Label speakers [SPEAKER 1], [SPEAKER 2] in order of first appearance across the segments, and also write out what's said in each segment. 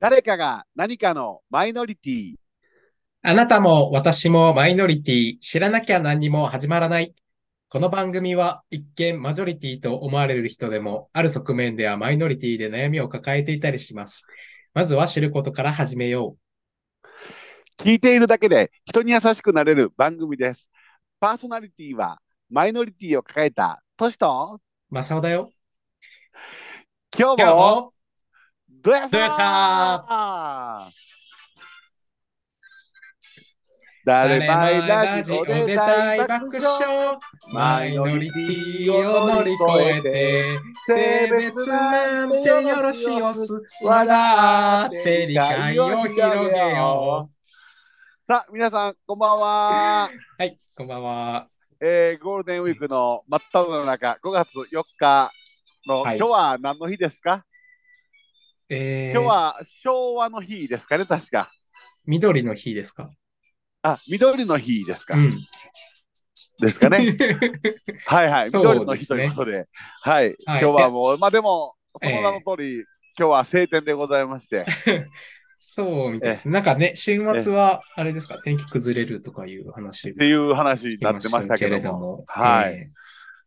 [SPEAKER 1] 誰かが何かのマイノリティ、
[SPEAKER 2] あなたも私もマイノリティ、知らなきゃ何にも始まらない。この番組は一見マジョリティと思われる人でも、ある側面ではマイノリティで悩みを抱えていたりします。まずは知ることから始めよ
[SPEAKER 1] 聞いているだけで人に優しくなれる番組です。パーソナリティはマイノリティを抱えたトシと、
[SPEAKER 2] う。マサオだよ。
[SPEAKER 1] 今日
[SPEAKER 2] 今日
[SPEAKER 1] も
[SPEAKER 2] も
[SPEAKER 1] ドヤ
[SPEAKER 2] ドヤ
[SPEAKER 1] さー誰まいラジオで大爆笑
[SPEAKER 2] マイノリティを乗り越えて、性別なんてよろしおす。笑って理解を広げよ
[SPEAKER 1] さあ、皆さん、こんばん は。
[SPEAKER 2] う。はい、こんばんは。
[SPEAKER 1] えーゴールデンウィークの真っ只中、5月4日の、
[SPEAKER 2] はい
[SPEAKER 1] 今日は何の日ですか、
[SPEAKER 2] えー、
[SPEAKER 1] 今日は昭和の日ですかね、確か。
[SPEAKER 2] 緑の日ですか
[SPEAKER 1] あ、緑の日ですか。
[SPEAKER 2] うん。
[SPEAKER 1] ですか ね。はいはい、
[SPEAKER 2] そう
[SPEAKER 1] 緑の日
[SPEAKER 2] です
[SPEAKER 1] と
[SPEAKER 2] ね
[SPEAKER 1] いうことで、はい、
[SPEAKER 2] はい
[SPEAKER 1] 今日はもう、まあでも、その名の通り、今日は晴天でございまして、
[SPEAKER 2] そうみたいですね。なんかね、週末は、あれですか、天気崩れるとかいう話
[SPEAKER 1] っていう話になってましたけども、はい
[SPEAKER 2] え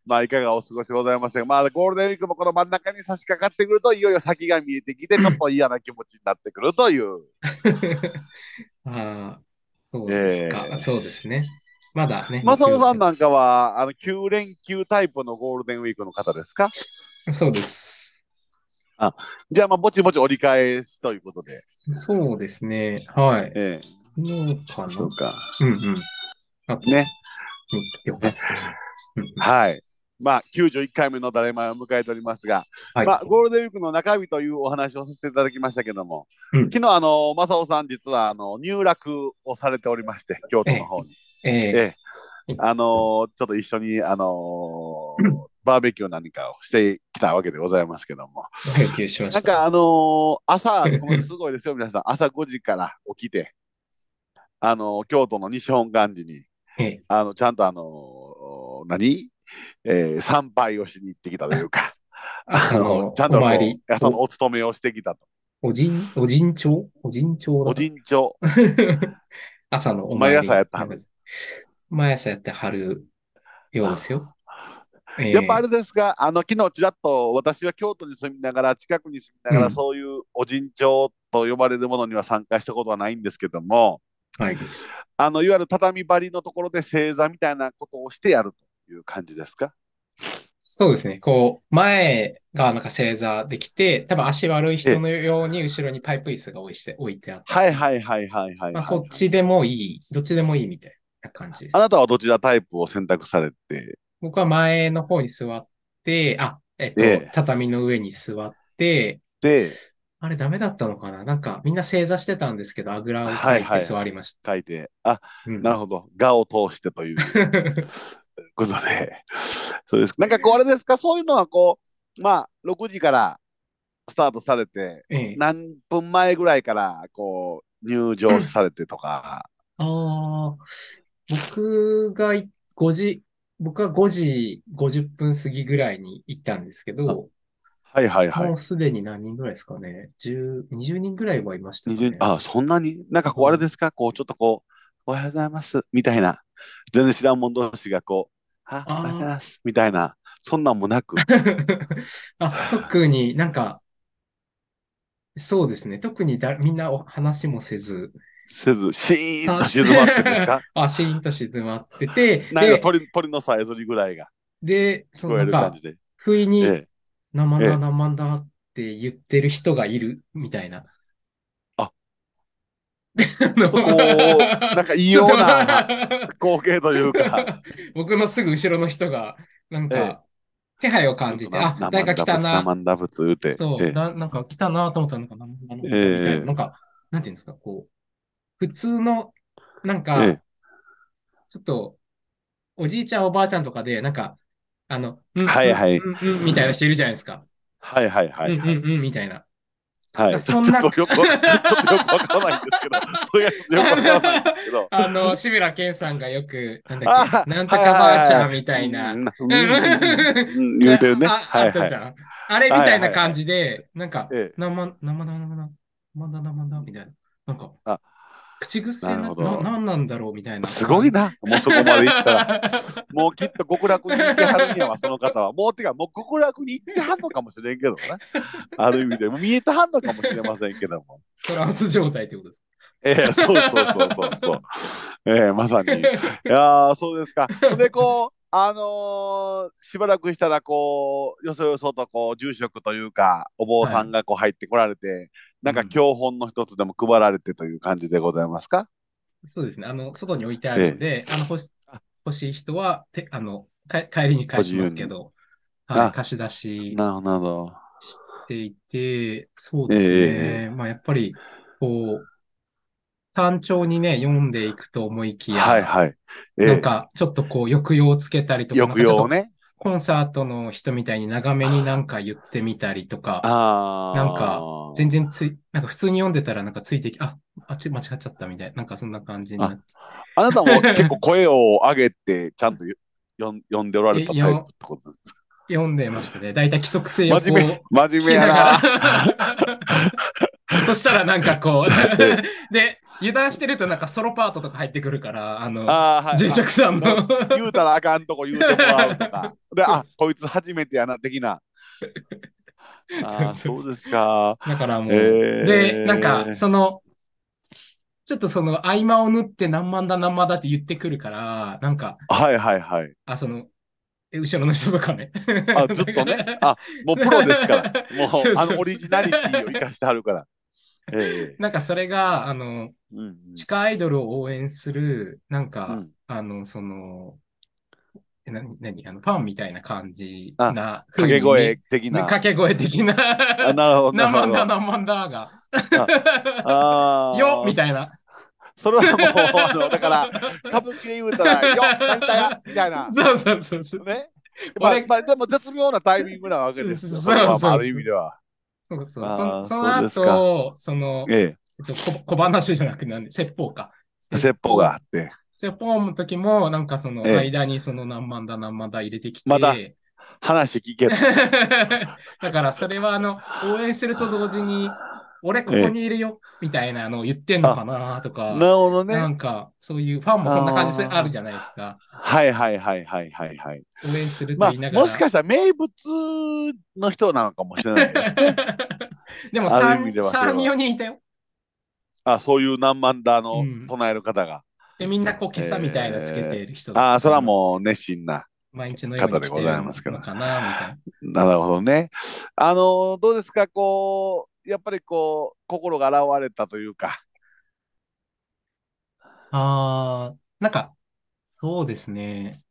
[SPEAKER 1] まあいかがお過ごしでございましたかまあゴールデンウィークもこの真ん中に差し掛かってくると、いよいよ先が見えてきて、ちょっと嫌な気持ちになってくるという。
[SPEAKER 2] ー ああ、そうですか、
[SPEAKER 1] えー
[SPEAKER 2] そうですね。まだね。
[SPEAKER 1] マサオさん
[SPEAKER 2] 木曜
[SPEAKER 1] なんかは、あの、9連休タイプのゴールデンウィークの方ですか
[SPEAKER 2] 日そうです。
[SPEAKER 1] じゃあ、まあ、ぼちぼち折り返しということで。
[SPEAKER 2] そうですね。はい。
[SPEAKER 1] え
[SPEAKER 2] 昨日か
[SPEAKER 1] え、
[SPEAKER 2] な
[SPEAKER 1] そうか。
[SPEAKER 2] うんうん。あと、
[SPEAKER 1] ね。
[SPEAKER 2] よかったですね。 うん
[SPEAKER 1] はい。まあ、91回目の誰前を迎えておりますが、
[SPEAKER 2] はい。
[SPEAKER 1] まあ、ゴールデンウィークの中日というお話をさせていただきましたけども、
[SPEAKER 2] うん
[SPEAKER 1] 昨日、あの、マサオさん、実は、あの、入落をされておりまして、京都の方に。
[SPEAKER 2] え
[SPEAKER 1] ええあのーちょっと一緒に、あのーバーベキュー何かをしてきたわけでございますけども、
[SPEAKER 2] ー、研究しま
[SPEAKER 1] な
[SPEAKER 2] し
[SPEAKER 1] んか
[SPEAKER 2] た。
[SPEAKER 1] あのー朝、これすごいですよ、皆さん。朝5時から起きて、あのー京都の西本願寺に、
[SPEAKER 2] ええ
[SPEAKER 1] あの、ちゃんとあのー何えー参拝をしに行ってきたという か、
[SPEAKER 2] 朝
[SPEAKER 1] あ
[SPEAKER 2] の
[SPEAKER 1] ちゃんと
[SPEAKER 2] お
[SPEAKER 1] こう
[SPEAKER 2] 参り。
[SPEAKER 1] 朝のお勤めをしてきたと。
[SPEAKER 2] おじん、おじんちょうおじんちょうだ
[SPEAKER 1] お
[SPEAKER 2] った
[SPEAKER 1] 神長。
[SPEAKER 2] 朝のお参
[SPEAKER 1] 毎
[SPEAKER 2] り。。
[SPEAKER 1] 朝やったんです
[SPEAKER 2] 毎朝やってはるようですよ。え え
[SPEAKER 1] やっぱあれですか、あの昨日ちらっと私は京都に住みながら、近くに住みながら、
[SPEAKER 2] うん
[SPEAKER 1] そういうお尋常と呼ばれるものには参加したことはないんですけども、
[SPEAKER 2] はい。
[SPEAKER 1] あのいわゆる畳張りのところで正座みたいなことをしてやるという感じですか。
[SPEAKER 2] そうですね。こう、前がなんか正座できて、多分足悪い人のように後ろにパイプ椅子が置いて置いてあって、
[SPEAKER 1] はいはいはいはいはい、はい
[SPEAKER 2] まあ、そっちでもいい、どっちでもいいみたいな感じです
[SPEAKER 1] あ。なたはどちらタイプを選択され て、
[SPEAKER 2] 僕は前の方に座って、あ、えっと、
[SPEAKER 1] ええ
[SPEAKER 2] 畳の上に座って、
[SPEAKER 1] で、
[SPEAKER 2] あれダメだったのかななんかみんな正座してたんですけど、あぐらをかいて座りまし
[SPEAKER 1] 書いて、あ、
[SPEAKER 2] た。うん
[SPEAKER 1] なるほど、画を通してということで、 そうです。なんかこう、あれですか、そういうのはこう、まあ、6時からスタートされて、
[SPEAKER 2] ええ
[SPEAKER 1] 何分前ぐらいからこう入場されてとか、
[SPEAKER 2] ああ、僕がい5時、僕は5時50分過ぎぐらいに行ったんですけど、
[SPEAKER 1] はいはいは
[SPEAKER 2] も
[SPEAKER 1] い。
[SPEAKER 2] うすでに何人ぐらいですかね。10、20人ぐらいはいましたか
[SPEAKER 1] 20
[SPEAKER 2] ね。
[SPEAKER 1] あ そんなになんかこうあれですか、こうちょっとこう、おはようございますみたいな、全然知らん者同士がこう、あお
[SPEAKER 2] あー
[SPEAKER 1] はようございますみたいな、そんなんもな く、
[SPEAKER 2] あ、特になんか、そうですね。特にだ、みんなお話もせず、
[SPEAKER 1] せず、シーンと静まってるんです か
[SPEAKER 2] あ、シーンと静まってて、
[SPEAKER 1] なんか
[SPEAKER 2] で、
[SPEAKER 1] 鳥鳥のさえずりぐらいが
[SPEAKER 2] で、そ
[SPEAKER 1] 聞
[SPEAKER 2] の
[SPEAKER 1] こえる
[SPEAKER 2] なん
[SPEAKER 1] 感
[SPEAKER 2] か、
[SPEAKER 1] じで。
[SPEAKER 2] 不意に、
[SPEAKER 1] ええ
[SPEAKER 2] 生だ
[SPEAKER 1] ええ
[SPEAKER 2] 生だって言ってる人がいるみたいな。
[SPEAKER 1] あ、
[SPEAKER 2] の
[SPEAKER 1] こう、なんか異様 な光景と
[SPEAKER 2] と
[SPEAKER 1] いうか、
[SPEAKER 2] 僕のすぐ後ろの人が、なん
[SPEAKER 1] ええ
[SPEAKER 2] か、手配を感じて、あ、誰か来たな。
[SPEAKER 1] 生んだぶつ生んだぶつ言うて。
[SPEAKER 2] そう、
[SPEAKER 1] ええ
[SPEAKER 2] な、なんか来たなと思ったら、なんか生だ生だみ
[SPEAKER 1] ええ
[SPEAKER 2] たいな、なんか、なんていうんですか、こう、普通の、なんか、
[SPEAKER 1] ええ
[SPEAKER 2] ちょっと、おじいちゃん、おばあちゃんとかで、なんか、あの、うん
[SPEAKER 1] はいはい
[SPEAKER 2] うん、うん、うんみたいな人いるじゃないですか。
[SPEAKER 1] はいはいはい、はい。
[SPEAKER 2] うん、うん、うん、みたいな。
[SPEAKER 1] はい、
[SPEAKER 2] そんな
[SPEAKER 1] ちょっとよくわかんちょっとよくわからないんですけど、それがちょっとよくわからないんですけ ど。
[SPEAKER 2] あの、志村けんさんがよく、なんだっ
[SPEAKER 1] あ
[SPEAKER 2] け、なんとかばあちゃんみたいな
[SPEAKER 1] う。んうんう
[SPEAKER 2] ん
[SPEAKER 1] ん言うてるね。
[SPEAKER 2] あ
[SPEAKER 1] は
[SPEAKER 2] あ
[SPEAKER 1] い
[SPEAKER 2] ったじ
[SPEAKER 1] はい。
[SPEAKER 2] ゃん。あれみたいな感じで、なんか
[SPEAKER 1] ええ、
[SPEAKER 2] 生、生、生、生、まだだまだみたいな。なんか、
[SPEAKER 1] あ
[SPEAKER 2] 口癖
[SPEAKER 1] なる
[SPEAKER 2] な、
[SPEAKER 1] ほど
[SPEAKER 2] な、なんなんだろうみたいな。
[SPEAKER 1] すごいな、もうそこまでいったら。
[SPEAKER 2] ら。
[SPEAKER 1] もうきっと極楽に行ってはるんやわ、その方は。もうてか、もう極楽に行ってはんのかもしれんけどね。ある意味で、見えてはんのかもしれませんけども。
[SPEAKER 2] トランス状態ってことです。
[SPEAKER 1] ええそうそうそうそうそう。ええまさに。いやーそうですか。で、こう、あのーしばらくしたら、こう、よそよそと、こう、住職というか、お坊さんがこう入ってこられて、なんか教本の一つでも配られてという感じでございますか
[SPEAKER 2] そうですね。あの、外に置いてあるので、あの、欲し欲しい人は、てあのか、帰りに返しますけど、
[SPEAKER 1] に
[SPEAKER 2] はい、
[SPEAKER 1] あ
[SPEAKER 2] 貸し出し
[SPEAKER 1] なるほど、なるほど。
[SPEAKER 2] していて、そうですね。まあ、やっぱり、こう、単調にね、読んでいくと思いきや、
[SPEAKER 1] はいはい。え
[SPEAKER 2] なん
[SPEAKER 1] え
[SPEAKER 2] か、ちょっとこう、抑揚をつけたりとか、
[SPEAKER 1] 抑揚を
[SPEAKER 2] なんかちょっと
[SPEAKER 1] ね。
[SPEAKER 2] コンサートの人みたいに長めになんか言ってみたりとか、
[SPEAKER 1] ああ。
[SPEAKER 2] なんか全然つい、なんか普通に読んでたらなんかついてき、あ、あっち間違っちゃったみたいな、なんかそんな感じになっ
[SPEAKER 1] あなたも結構声を上げて、ちゃんとよよん呼んでおられたタイプってことです か
[SPEAKER 2] 読んでましたね。だいたい規則性をこ
[SPEAKER 1] 真面目
[SPEAKER 2] う、、
[SPEAKER 1] 真面
[SPEAKER 2] 聞
[SPEAKER 1] 目
[SPEAKER 2] き
[SPEAKER 1] や
[SPEAKER 2] なが
[SPEAKER 1] な。
[SPEAKER 2] ら。 そしたらなんかこ
[SPEAKER 1] え
[SPEAKER 2] う、で、油断してるとなんかソロパートとか入ってくるから、あの、
[SPEAKER 1] ああ、はい。
[SPEAKER 2] 住職さん
[SPEAKER 1] な
[SPEAKER 2] も。
[SPEAKER 1] 言うたらあかんとこ言うてもらうと か。で、あ、こいつ初めてやな、的な。ああ、
[SPEAKER 2] そう
[SPEAKER 1] そうですか。
[SPEAKER 2] だからもう、
[SPEAKER 1] えー
[SPEAKER 2] で、なんか、その、ちょっとその合間を縫って何万だ何万だって言ってくるから、なんか、
[SPEAKER 1] はいはいはい。
[SPEAKER 2] あ、その、え後ろの人とかね。
[SPEAKER 1] あ、ずっと ね。あ、もうプロですから。も
[SPEAKER 2] そうそう
[SPEAKER 1] う、あのオリジナリティを生かしてはるから。ええ
[SPEAKER 2] なんかそれが、あの、
[SPEAKER 1] うんうん
[SPEAKER 2] 地下アイドルを応援する、なんか、
[SPEAKER 1] うん
[SPEAKER 2] あの、その、えな何あのファンみたいな感じ
[SPEAKER 1] あ
[SPEAKER 2] な風
[SPEAKER 1] 掛け
[SPEAKER 2] に
[SPEAKER 1] 声的
[SPEAKER 2] ね
[SPEAKER 1] な。
[SPEAKER 2] 掛け声的
[SPEAKER 1] あ、
[SPEAKER 2] な。
[SPEAKER 1] なるほど。なる
[SPEAKER 2] 何
[SPEAKER 1] ほ
[SPEAKER 2] 万だ
[SPEAKER 1] ど。
[SPEAKER 2] 何万だが。
[SPEAKER 1] ああ。
[SPEAKER 2] よみたいな。
[SPEAKER 1] それはもう、あの、だ から、歌舞伎で言うたら、よっ、やりたや、みたいな。
[SPEAKER 2] そうそうそう そう。
[SPEAKER 1] ね。まあ
[SPEAKER 2] 俺、
[SPEAKER 1] まあ、でも絶妙なタイミングなわけですよ。
[SPEAKER 2] そう
[SPEAKER 1] それは
[SPEAKER 2] そう
[SPEAKER 1] まあある意味では。
[SPEAKER 2] そうそう
[SPEAKER 1] あー
[SPEAKER 2] そのそ
[SPEAKER 1] そう
[SPEAKER 2] の
[SPEAKER 1] です
[SPEAKER 2] 後、その、えっ
[SPEAKER 1] え
[SPEAKER 2] と、小小話じゃなくて、なんで、説法か。
[SPEAKER 1] え、説法があ。って。
[SPEAKER 2] 説法の時も、なんかその
[SPEAKER 1] ええ
[SPEAKER 2] 間にその何万だ何万だ入れてきて。
[SPEAKER 1] まだ話聞けと。
[SPEAKER 2] だからそれはあの、応援すると同時に、俺ここにいるよ、みたいなのを言ってんのかなと
[SPEAKER 1] な
[SPEAKER 2] か、
[SPEAKER 1] るほど
[SPEAKER 2] な
[SPEAKER 1] ね。
[SPEAKER 2] んかそういうファンもそんな感じす
[SPEAKER 1] あー
[SPEAKER 2] あるじゃないですか。
[SPEAKER 1] はいはいはいはいはいはい。
[SPEAKER 2] 応援すると
[SPEAKER 1] まあ、
[SPEAKER 2] 言いながら。
[SPEAKER 1] もしかしたら名物の人なのかもしれないですね。
[SPEAKER 2] でも
[SPEAKER 1] ある意味
[SPEAKER 2] 3、
[SPEAKER 1] ではそれは
[SPEAKER 2] 3、4人いたよ。
[SPEAKER 1] あ、そういう何万だ
[SPEAKER 2] う
[SPEAKER 1] の
[SPEAKER 2] ん
[SPEAKER 1] 唱える方が。
[SPEAKER 2] で、みんなこう、今朝みたいなつけている人
[SPEAKER 1] ああ、それは
[SPEAKER 2] う。
[SPEAKER 1] もう熱心な。
[SPEAKER 2] 毎日のように来てるのかな、みたいな。
[SPEAKER 1] なるほどね。あのどうですか、こう、やっぱりこう、心が洗われたというか。
[SPEAKER 2] あー、なんか、そうですね。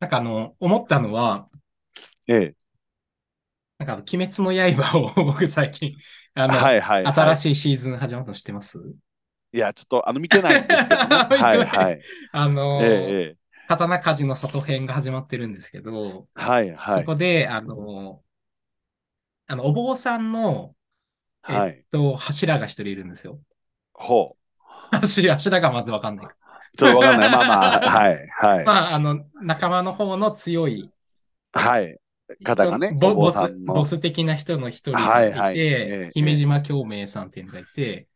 [SPEAKER 2] なんかあの、思ったのは、
[SPEAKER 1] え
[SPEAKER 2] なんかあの、鬼滅の刃を僕最近、あ
[SPEAKER 1] え。
[SPEAKER 2] の、
[SPEAKER 1] はいはい、はい。
[SPEAKER 2] 新しいシーズン始まったの知ってます
[SPEAKER 1] いや、ちょっと、あの、見てないんですけどね。
[SPEAKER 2] 見てない
[SPEAKER 1] はいはい。
[SPEAKER 2] あ
[SPEAKER 1] え
[SPEAKER 2] の
[SPEAKER 1] え
[SPEAKER 2] ー、
[SPEAKER 1] ええ。
[SPEAKER 2] 刀鍛冶の里編が始まってるんですけど、
[SPEAKER 1] はいは
[SPEAKER 2] そ
[SPEAKER 1] い。
[SPEAKER 2] こで、あのー、あの、お坊さんの、えっ
[SPEAKER 1] はい。
[SPEAKER 2] と、柱が一人いるんですよ。
[SPEAKER 1] ほ
[SPEAKER 2] 柱、柱がまずわかんない。
[SPEAKER 1] う。ちょっとわかん ない。まあまあ、はいはい。
[SPEAKER 2] まあ、あの、仲間の方の強い
[SPEAKER 1] はい。方がね、
[SPEAKER 2] ボ
[SPEAKER 1] お坊
[SPEAKER 2] ボス
[SPEAKER 1] さん、の
[SPEAKER 2] ボス的な人の一人
[SPEAKER 1] は
[SPEAKER 2] がい
[SPEAKER 1] い
[SPEAKER 2] て、
[SPEAKER 1] はいええ
[SPEAKER 2] 姫島京明さんっていうのがいて、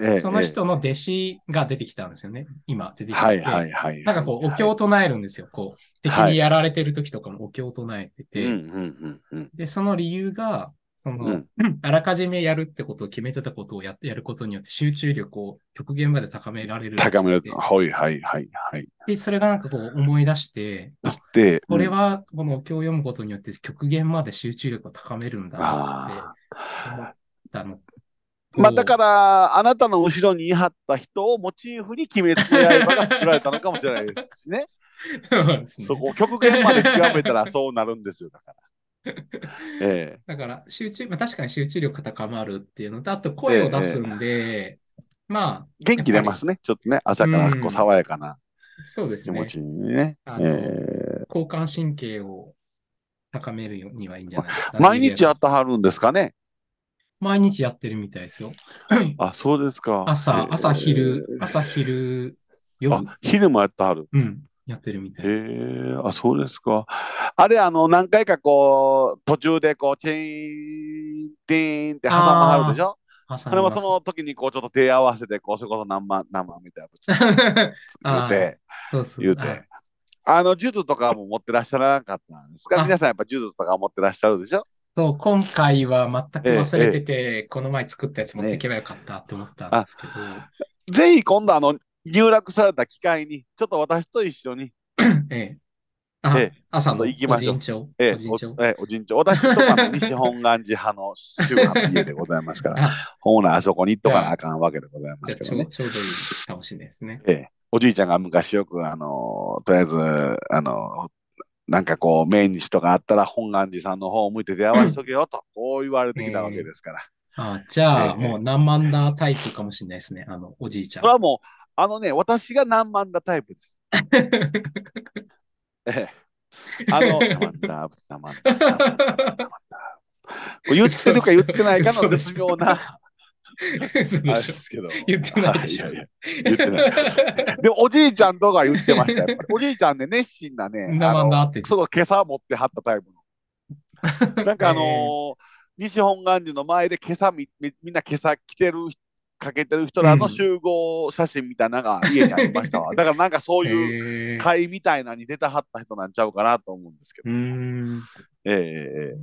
[SPEAKER 1] ええ
[SPEAKER 2] その人の弟子が出てきたんですよね。今出
[SPEAKER 1] ええ
[SPEAKER 2] てきて。
[SPEAKER 1] はいはいはい。
[SPEAKER 2] なんかこう、お経を唱えるんですよ。こう、敵にやられてる時とかもお経を唱えて
[SPEAKER 1] う
[SPEAKER 2] て。
[SPEAKER 1] んうんうんうん。
[SPEAKER 2] で、その理由が、その、
[SPEAKER 1] うん
[SPEAKER 2] あらかじめやるってことを決めてたことをややることによって集中力を極限まで高められるらしくて。
[SPEAKER 1] 高めると。はいはいはいはい。
[SPEAKER 2] で、それがなんかこう思い出して、あ、
[SPEAKER 1] で、
[SPEAKER 2] これはこのお経を読むことによって極限まで集中力を高めるんだなって。思ったの
[SPEAKER 1] まあだから、あなたの後ろにいはった人をモチーフに鬼滅の刃が作られたのかもしれないです しね。
[SPEAKER 2] そうなんですね
[SPEAKER 1] そこを極限まで極めたらそうなるんですよ、だから。え
[SPEAKER 2] だから集中、まあ、確かに集中力が高まるっていうのと、あと声を出すんで、まあ、
[SPEAKER 1] え元気出ますね。ちょっとね、朝から
[SPEAKER 2] う
[SPEAKER 1] こ
[SPEAKER 2] ん
[SPEAKER 1] う爽やかな
[SPEAKER 2] そうです
[SPEAKER 1] 気
[SPEAKER 2] ね
[SPEAKER 1] 持。ちにね。
[SPEAKER 2] あ
[SPEAKER 1] え
[SPEAKER 2] の
[SPEAKER 1] え
[SPEAKER 2] 交感神経を高めるようにはいいんじゃないですか、
[SPEAKER 1] 毎日や
[SPEAKER 2] や
[SPEAKER 1] ってはるんですかね。
[SPEAKER 2] 毎日やってるみたいで すよ。
[SPEAKER 1] あ、そうですか。
[SPEAKER 2] 朝、
[SPEAKER 1] ええ
[SPEAKER 2] 朝、昼、朝、昼、夜、
[SPEAKER 1] あ、昼もやってはる。
[SPEAKER 2] うん、やってるみたい。
[SPEAKER 1] へえ、あ、そうですか。あれ、あの、何回かこう、途中でこう、チェーン、ティーンって挟まはるでしょそれもその時にこうちょっと手合わせて、こう、それこそ何万、何万みたいなこと言
[SPEAKER 2] あ
[SPEAKER 1] う
[SPEAKER 2] ー
[SPEAKER 1] て、
[SPEAKER 2] そうそう
[SPEAKER 1] 言うて。あの、術とかも持ってらっしゃらなかったんですか
[SPEAKER 2] あ
[SPEAKER 1] 皆さんやっぱ術とか持ってらっしゃるでしょ
[SPEAKER 2] そう、今回は全く忘れてて、この前作ったやつ持っていけばよかったって思ったんですけど、
[SPEAKER 1] ぜひ今度あの、入落された機会に、ちょっと私と一緒に、
[SPEAKER 2] ええ。あ、
[SPEAKER 1] ええ
[SPEAKER 2] 朝の
[SPEAKER 1] 行きましょう
[SPEAKER 2] おじんちょう
[SPEAKER 1] ええ
[SPEAKER 2] おじん
[SPEAKER 1] お
[SPEAKER 2] ちょう
[SPEAKER 1] ええおじんちょ、私とかの西本願寺派の宗派の家でございます から、
[SPEAKER 2] あ、
[SPEAKER 1] 本来あそこに行っとかなあかんわけでございま
[SPEAKER 2] じ
[SPEAKER 1] す
[SPEAKER 2] ゃあ
[SPEAKER 1] け
[SPEAKER 2] ち
[SPEAKER 1] ど
[SPEAKER 2] ょう、
[SPEAKER 1] ね。
[SPEAKER 2] ちょうどいいかもしれないですね。
[SPEAKER 1] ええおじいちゃんが昔よく、あのーとりあえず、あのーなんかこう、命日とかあったら、本願寺さんの方を向いて出会わしとけよと、こう言われてきたわけですから。
[SPEAKER 2] あ、じゃ
[SPEAKER 1] え
[SPEAKER 2] あ、
[SPEAKER 1] え
[SPEAKER 2] もう何万ダータイプかもしれないですね、あの、おじいちゃん
[SPEAKER 1] それ。はもう、あのね、私が何万だタイプです。 ええ、あの、何万だ、何万だ、何万だ、何万だ。これ言ってるか言ってないかの絶妙な、
[SPEAKER 2] そう
[SPEAKER 1] あれ
[SPEAKER 2] で
[SPEAKER 1] で
[SPEAKER 2] しょ。
[SPEAKER 1] すけど。
[SPEAKER 2] 言ってないでしょ
[SPEAKER 1] はいいやいや言って ない。でもおじいちゃんとか言ってました、やっぱり。おじいちゃんね、熱心なね、
[SPEAKER 2] 生
[SPEAKER 1] あ
[SPEAKER 2] な
[SPEAKER 1] の
[SPEAKER 2] って
[SPEAKER 1] すごい今朝持ってはったタイプ の。なんかあのー西本願寺の前で今朝みみみんな今朝着てる、かけてる人らの集合写真みたいなのが家にありま したわ。だからなんかそういう
[SPEAKER 2] ええ
[SPEAKER 1] 会みたいなのに出たはった人なんちゃうかなと思うんですけ
[SPEAKER 2] う
[SPEAKER 1] ど。
[SPEAKER 2] ーん、
[SPEAKER 1] えええ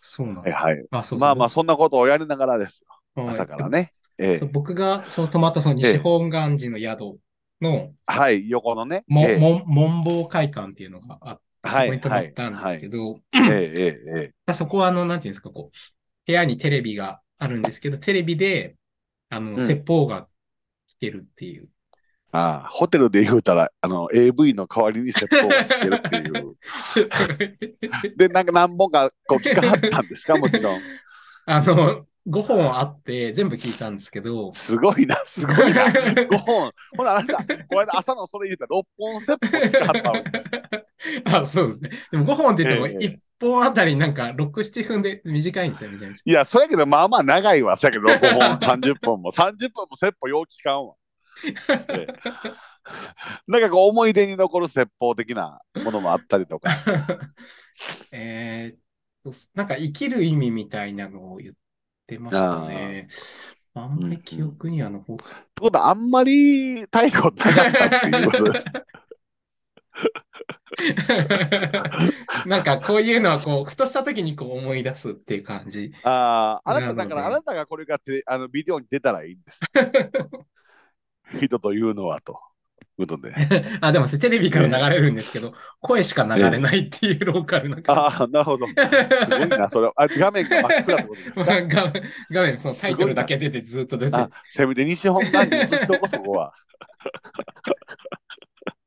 [SPEAKER 2] そうなん
[SPEAKER 1] えええ
[SPEAKER 2] です。
[SPEAKER 1] はい。
[SPEAKER 2] あ、そうそう
[SPEAKER 1] まあまあそんなことをやりながらですよ。
[SPEAKER 2] はい
[SPEAKER 1] 朝からね。ええ
[SPEAKER 2] そう僕がその泊まったその西本願寺の宿の
[SPEAKER 1] はい、横のね。
[SPEAKER 2] も、
[SPEAKER 1] ええ
[SPEAKER 2] も門房会館っていうのがあって、そ
[SPEAKER 1] はい
[SPEAKER 2] こに泊まったんですけど、
[SPEAKER 1] ええええええ
[SPEAKER 2] そこはあの、なんていうんですか、こう、部屋にテレビがあるんですけど、テレビで、あの、
[SPEAKER 1] ん
[SPEAKER 2] 説法が聞けるっ ていう。
[SPEAKER 1] ああホテルで言うたらあの AV の代わりに説法が聞けるっていうでなんか何本かこう聞かはったんですかもちろん
[SPEAKER 2] あの、5本あって、全部聞いたんですけど、
[SPEAKER 1] すごいなすごいな5本ほらあなたこの間朝のそれ言うたら6本説法聞かはったわけです
[SPEAKER 2] あ、そうですね。でも5本って言っても、
[SPEAKER 1] ええ
[SPEAKER 2] 1本あたりなんか6、7分で短いんですよ、めちゃめちゃ。
[SPEAKER 1] いやそやけどまあまあ長いわそやけど5本30分も30分も説法よう聞かんわ、ええなんかこう思い出に残る説法的なものもあったりとか
[SPEAKER 2] えーっと、なんか生きる意味みたいなのを言ってましたね。あんまり記憶には残っ
[SPEAKER 1] ってことはあんまり大したことなかったっていうこと です
[SPEAKER 2] なんかこういうのはこう、ふとした時にこう思い出すっていう感じ。
[SPEAKER 1] ああ、あなた
[SPEAKER 2] な
[SPEAKER 1] だ
[SPEAKER 2] ので
[SPEAKER 1] から、あなたがこれがてあのビデオに出たらいいんです。人というのはと。いうことで。
[SPEAKER 2] あ、でもテレビから流れるんですけど、声しか流れないっていうローカルな感
[SPEAKER 1] ああ、なるほど。すごいな、それ。あ画面が真っ暗ってことです
[SPEAKER 2] じ。
[SPEAKER 1] か。
[SPEAKER 2] 画面、画面、そのタイトルだけ出てずっと出て
[SPEAKER 1] あ、せめて西本願寺に移しておこうそこは。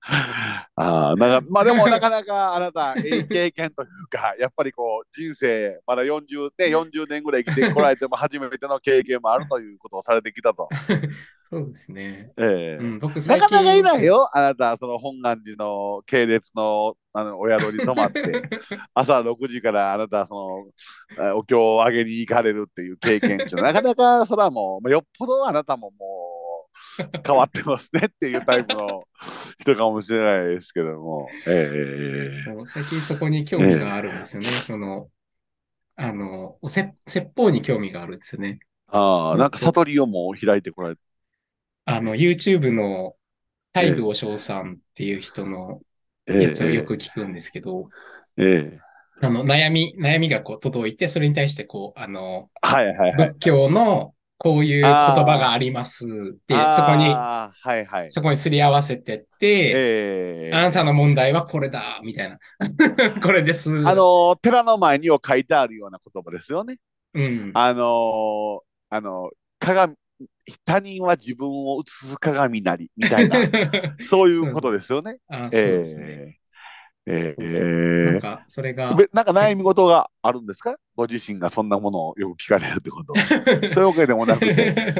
[SPEAKER 1] ああ、なんか、まあでもなかなかあなた、いい経験というか、やっぱりこう、人生、まだ40、ね、40年ぐらい生きてこられても、初めての経験もあるということをされてきたと。
[SPEAKER 2] そうですね。
[SPEAKER 1] ええ
[SPEAKER 2] うん、僕
[SPEAKER 1] な
[SPEAKER 2] 最
[SPEAKER 1] かなかいない
[SPEAKER 2] よ。
[SPEAKER 1] よ、あなた、その本願寺の系列のあのお宿に泊 まって、朝6時からあなた、そのえお経をあげに行かれるっていう経験中、なかなかそれはもう、まあよっぽどあなたももう変わってますねっていうタイプの人かもしれないですけども、え
[SPEAKER 2] もう最近そこに興味があるんですよね。その、あの、おせ説法に興味があるんですよね。
[SPEAKER 1] えああ、なんか悟りをもう開いてこられて、
[SPEAKER 2] あの、YouTube の大愚和尚さんっていう人の
[SPEAKER 1] え
[SPEAKER 2] やつをよく聞くんですけど、
[SPEAKER 1] えええ
[SPEAKER 2] あの、悩み、悩みがこう届いて、それに対してこう、あの、
[SPEAKER 1] はいはいはい。
[SPEAKER 2] 仏教のこういう言葉がありますって、そこに、
[SPEAKER 1] ああはいはい。
[SPEAKER 2] そこにすり合わせてって、
[SPEAKER 1] ええ
[SPEAKER 2] あなたの問題はこれだ、みたいな。 これです。
[SPEAKER 1] あの寺の前にを書いてあるような言葉ですよね。
[SPEAKER 2] うん。
[SPEAKER 1] あのあの鏡他人は自分を映す鏡なりみたい なそういうことですよね。
[SPEAKER 2] あ、そうですね。
[SPEAKER 1] ええええ
[SPEAKER 2] そうそうなんか、それが、
[SPEAKER 1] べなんか悩み事があるんですかご自身がそんなものをよく聞かれるってこと そういうわけでもなくて。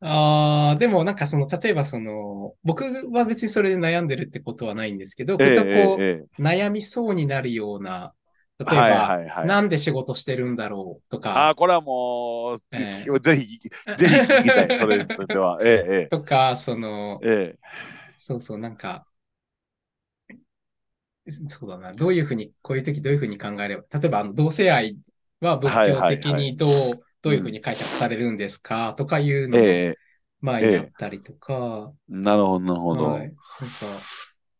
[SPEAKER 2] ああ、でもなんかその、例えばその、僕は別にそれで悩んでるってことはないんですけど、き
[SPEAKER 1] え
[SPEAKER 2] っ
[SPEAKER 1] え
[SPEAKER 2] とこう、
[SPEAKER 1] え
[SPEAKER 2] 悩みそうになるような、例えば、
[SPEAKER 1] はいはいはい。
[SPEAKER 2] なんで仕事してるんだろうと
[SPEAKER 1] あ
[SPEAKER 2] か
[SPEAKER 1] あ、、これはもう、
[SPEAKER 2] え
[SPEAKER 1] ぜひ、ぜひ聞きたい、それについては。ええ
[SPEAKER 2] とか、その
[SPEAKER 1] え、えええ
[SPEAKER 2] そうそう、なんか、そうだな、どういうふうに、こういう時どういうふうに考えれば、例えばあの同性愛は仏
[SPEAKER 1] はい
[SPEAKER 2] 教
[SPEAKER 1] はい
[SPEAKER 2] 的
[SPEAKER 1] は
[SPEAKER 2] にどうどういうふうに解釈されるんですかとかいうのが
[SPEAKER 1] ええ
[SPEAKER 2] 前にあったりとか、
[SPEAKER 1] なるほど、なるほど。
[SPEAKER 2] はい。なんか、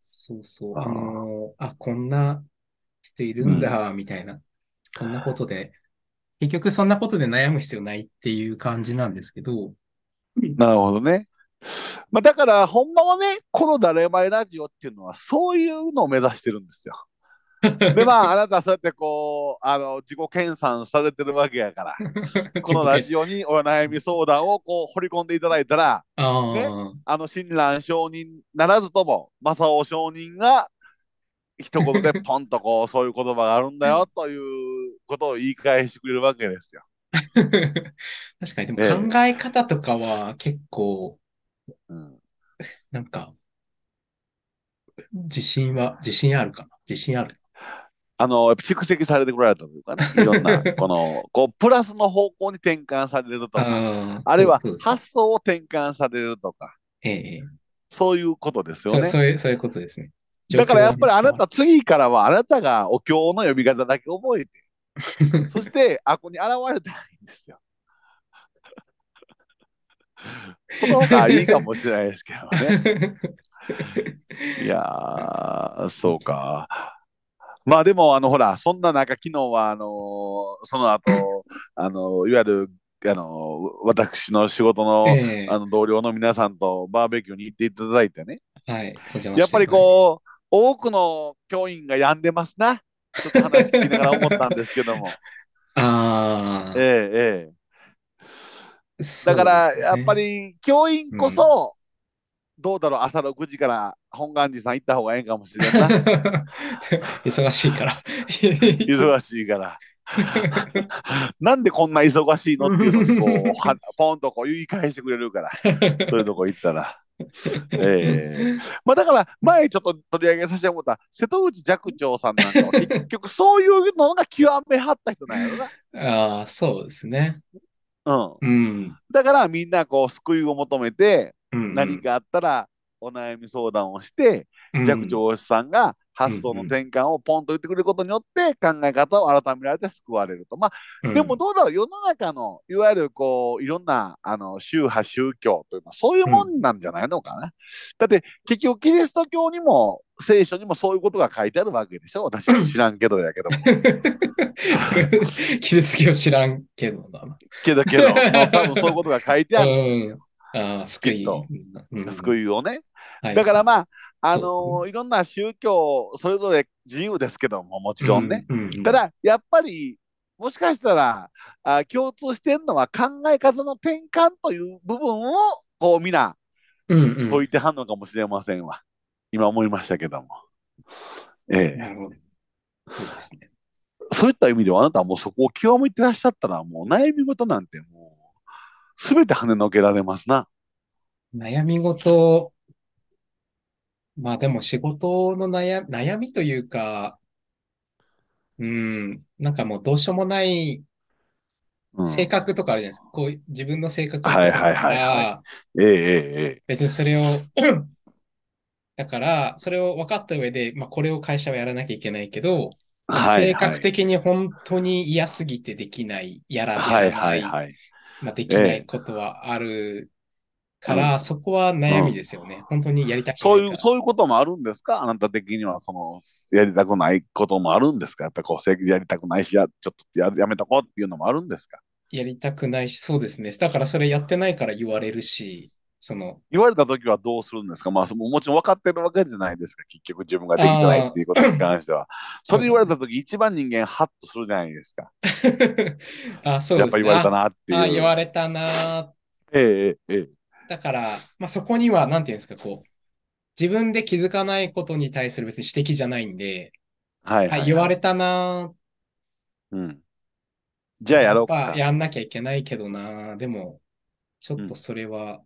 [SPEAKER 2] そうそう、
[SPEAKER 1] あー
[SPEAKER 2] あのーあ、こんな人いるんだ、みたいな、こんなことで、結局そんなことで悩む必要ないっていう感じなんですけど、
[SPEAKER 1] なるほどね。まあ、だから、ほんまはね、このだれまいラジオっていうのは、そういうのを目指してるんですよ。で、まあ、あなた、そうやってこう、あの、自己研鑽されてるわけやから、 このラジオにお悩み相談をこう、掘り込んでいただいたら、
[SPEAKER 2] ああ、
[SPEAKER 1] あの、親鸞上人ならずとも、正雄上人が、一言でポンとこう、そういう言葉があるんだよ、ということを言い返してくれるわけですよ。
[SPEAKER 2] 確かに、でも考え方とかは結構、
[SPEAKER 1] うん、
[SPEAKER 2] なんか、自信は、自信あるかな自信ある。
[SPEAKER 1] あの、やっぱ蓄積されてこられたというかね、 いろんな、この、こう、プラスの方向に転換されるとか、
[SPEAKER 2] ああ
[SPEAKER 1] あるいは
[SPEAKER 2] そうそう
[SPEAKER 1] 発想を転換されるとか、
[SPEAKER 2] ええ、
[SPEAKER 1] そういうことですよ
[SPEAKER 2] そう
[SPEAKER 1] ね。
[SPEAKER 2] そういう、そういうことですね。
[SPEAKER 1] だからやっぱりあな
[SPEAKER 2] 状
[SPEAKER 1] た、次からはあなたがお経の呼び方だけ覚え て、
[SPEAKER 2] 況はね、
[SPEAKER 1] そして、あここに現れたらいいんですよ。 その方がいいかもしれないですけどね。いやー、そうか。まあでも、あの、ほら、そんな中、昨日は、あのーその後、あのいわゆる、あの私の仕事の、
[SPEAKER 2] ええ
[SPEAKER 1] あの同僚の皆さんとバーベキューに行っていただいてね。
[SPEAKER 2] はい、お邪魔
[SPEAKER 1] やっぱり
[SPEAKER 2] う、
[SPEAKER 1] こう、多くの教員が病んでますな。ちょっと話聞きながら思ったんですけども。
[SPEAKER 2] ああ、
[SPEAKER 1] ええええ。だから、やっぱり教員こそ、どうだろう、朝6時から本願寺さん行った方がええんかもしれん
[SPEAKER 2] そう
[SPEAKER 1] な
[SPEAKER 2] で。すね、 忙しいから。
[SPEAKER 1] 忙しいから。 なんでこんな忙しいのっていうのをこうはポンとこう言い返してくれるから、そういうとこ行ったら。ええまあだから前ちょっと取り上げさせてもらった瀬戸内寂聴さんなん かは結局そういうのが極めはった人なんやろな。
[SPEAKER 2] ああ、そうですね。
[SPEAKER 1] うん、
[SPEAKER 2] うん。
[SPEAKER 1] だからみんなこう救いを求めて
[SPEAKER 2] うん
[SPEAKER 1] 何、かあったらお悩み相談をして
[SPEAKER 2] うん
[SPEAKER 1] 寂。聴さんが発想の転換をポンと言ってくれることによって考え方を改められて救われると。まあ
[SPEAKER 2] うん
[SPEAKER 1] でも、どうだろう、世の中のいわゆるこういろんなあの宗派、宗教というのはそういうもんなんじゃないのかな。だって結局、キリスト教にも聖書にもそういうことが書いてあるわけでしょ、私 は知らんけどやけども。
[SPEAKER 2] キリスト教知らんけどな。
[SPEAKER 1] けどけ ど、まあ多分そういうことが書いてあるんですよ、
[SPEAKER 2] ああ、救い。
[SPEAKER 1] きっと
[SPEAKER 2] うん
[SPEAKER 1] 救いをね。
[SPEAKER 2] はい
[SPEAKER 1] だからまあ、あの
[SPEAKER 2] そ
[SPEAKER 1] いろんな宗教、それぞれ自由ですけども、もちろんね。。
[SPEAKER 2] うんうん
[SPEAKER 1] た、だ、やっぱり、もしかしたら、あ共通してるのは考え方の転換という部分を、こう、皆、
[SPEAKER 2] うんうん
[SPEAKER 1] 解いてはんのかもしれませんわ。今思いましたけども。ええ、
[SPEAKER 2] なるほど。そうですね。
[SPEAKER 1] そういった意味ではあなたはもうそこを極めてらっしゃったらもう悩み事なんてもう全て跳ねのけられますな。
[SPEAKER 2] 悩み事、まあでも仕事の悩、悩みというか、うん、なんかもうどうしようもない
[SPEAKER 1] うん、
[SPEAKER 2] 性
[SPEAKER 1] え
[SPEAKER 2] 格とかあるじゃないですか。こう自分の性格
[SPEAKER 1] はいはいはいはい
[SPEAKER 2] が
[SPEAKER 1] ええええ
[SPEAKER 2] 別にそれを、 だから、それを分かった上で、まあこれを会社はやらなきゃいけないけど、
[SPEAKER 1] はいはい
[SPEAKER 2] 性格的に本当に嫌すぎてできない、やら
[SPEAKER 1] は
[SPEAKER 2] で
[SPEAKER 1] い
[SPEAKER 2] やら
[SPEAKER 1] はい
[SPEAKER 2] ない、
[SPEAKER 1] はい。
[SPEAKER 2] まあ、できないことはあるから、そこは悩みですよね。本当にやりたく
[SPEAKER 1] そう
[SPEAKER 2] な
[SPEAKER 1] い
[SPEAKER 2] いか
[SPEAKER 1] う、
[SPEAKER 2] ら。
[SPEAKER 1] そういうこともあるんですかあなた的には、その、やりたくないこともあるんですかやっぱりこう、性格やりたくないし、やちょっとややめとこうっていうのもあるんですか
[SPEAKER 2] やりたくないし、そうですね。だからそれやってないから言われるし、その、
[SPEAKER 1] 言われた時はどうするんですかまあ、そのもちろん分かってるわけじゃないですか。結局自分ができてないっていうことに関しては。それ言われた時、一番人間ハッとするじゃないですか。
[SPEAKER 2] あ、そう
[SPEAKER 1] や
[SPEAKER 2] で
[SPEAKER 1] っ
[SPEAKER 2] す
[SPEAKER 1] ぱ
[SPEAKER 2] ね。
[SPEAKER 1] 言われたなっていう。
[SPEAKER 2] ああ、言われたなー。
[SPEAKER 1] ええええ
[SPEAKER 2] だから、まあ、そこには、なんていうんですか、こう、自分で気づかないことに対する別に指摘じゃないんで、
[SPEAKER 1] はい
[SPEAKER 2] は、
[SPEAKER 1] はいい。
[SPEAKER 2] 言われたなー
[SPEAKER 1] うん。じゃあやろう
[SPEAKER 2] やっ
[SPEAKER 1] か
[SPEAKER 2] ぱ。やんなきゃいけないけどな。でも、ちょっとそれは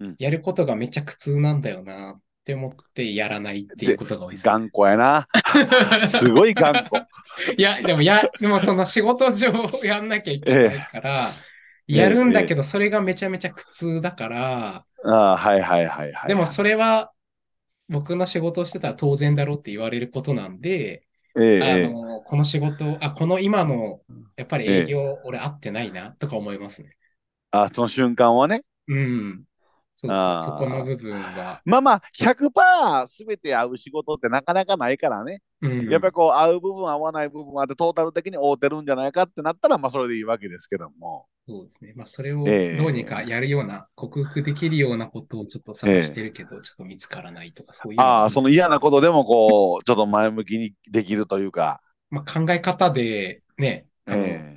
[SPEAKER 1] うん、
[SPEAKER 2] やることがめちゃ苦痛なんだよなって思ってやらないっていうことが多いです。
[SPEAKER 1] 頑固やな。 すごい頑 固。
[SPEAKER 2] いや、でもや、でもその仕事上やんなきゃいけないから、
[SPEAKER 1] え
[SPEAKER 2] やるんだけど、それがめちゃめちゃ苦痛だから、
[SPEAKER 1] ああ、はいはいはいはい。
[SPEAKER 2] でもそれは僕の仕事をしてたら当然だろうって言われることなんで、
[SPEAKER 1] えええ
[SPEAKER 2] あ
[SPEAKER 1] え
[SPEAKER 2] の、この仕事、あ、この今の、やっぱり営業、俺合ってないな、とか思いますね。
[SPEAKER 1] あその瞬間はね。
[SPEAKER 2] うん。そうそう、
[SPEAKER 1] あー
[SPEAKER 2] そこの部分は。
[SPEAKER 1] まあまあ、100%全て合う仕事ってなかなかないからね。
[SPEAKER 2] うん。
[SPEAKER 1] やっぱりこう、合う部分、合わない部分あって、トータル的に合うてるんじゃないかってなったら、まあ、それでいいわけですけども。
[SPEAKER 2] そうですね。まあ、それをど
[SPEAKER 1] ええ
[SPEAKER 2] うにかやるような、克服できるようなことをちょっと探してるけど、ちょっと見つからないとか、そういう。
[SPEAKER 1] ああ、その嫌なことでも、こう、ちょっと前向きにできるというか。
[SPEAKER 2] まあ、考え方で、ね、あの、
[SPEAKER 1] え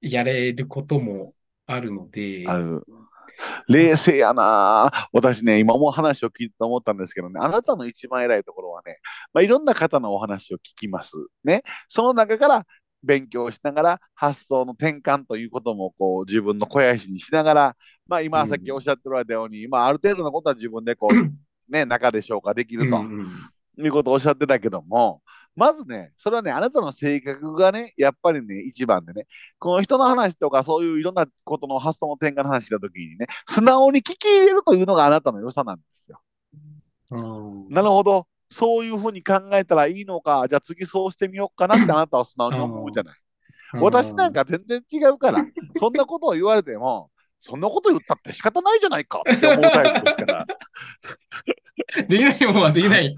[SPEAKER 2] やれることもあるので
[SPEAKER 1] え、ある。冷静やな私ね、今もう話を聞いて思ったんですけどね、あなたの一番偉いところはね、まあ、いろんな方のお話を聞きます。ね。その中から勉強しながら、発想の転換ということも、こう、自分の肥やしにしながら、まあ、今、さっきおっしゃっておられたように、まあ、ある程度のことは自分でこ
[SPEAKER 2] うん
[SPEAKER 1] う、ね、中で消化できると。
[SPEAKER 2] うんうん
[SPEAKER 1] いうことをおっしゃってたけども、まずね、それはね、あなたの性格がね、やっぱりね、一番でね、この人の話とか、そういういろんなことの発想の転換の話したときにね、素直に聞き入れるというのがあなたの良さなんですよ。
[SPEAKER 2] うん
[SPEAKER 1] なるほど、そういうふうに考えたらいいのか、じゃあ次そうしてみようかなってあなたは素直に思うじゃない。私なんか全然違うから、そんなことを言われても、そんなこと言ったって仕方ないじゃないかって思うタイプですから、
[SPEAKER 2] できないもんはできない。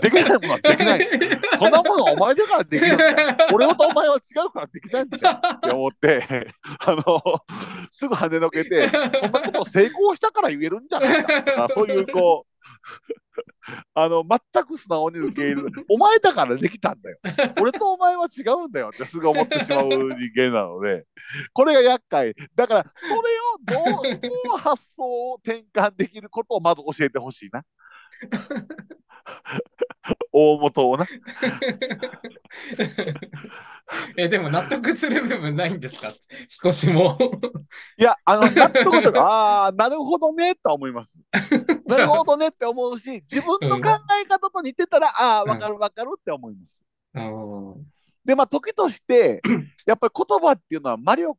[SPEAKER 1] できないものはできない。そんなものはお前だからできるんだよ。 俺とお前は違うからできないんだよって思って、 あの、すぐ跳ねのけて、そんなこと成功したから言えるんじゃないかとか、そういうこう、あの、全く素直に受け入れる。お前だからできたんだよ。俺とお前は違うんだよってすぐ思ってしまう人間なので、これが厄介。だから、それをどう、そこを発想を転換できることをまず教えてほしいな。大元をな。
[SPEAKER 2] え、でも納得する部分ないんですか少しも。
[SPEAKER 1] いや、あの、納得とか、 ああ、なるほどね、とは思います。なるほどねって思うし、自分の考え方と似てたら、ああ、わかるわかるって思います。
[SPEAKER 2] あの
[SPEAKER 1] で、まあ、時として、やっぱり言葉っていうのは魔力、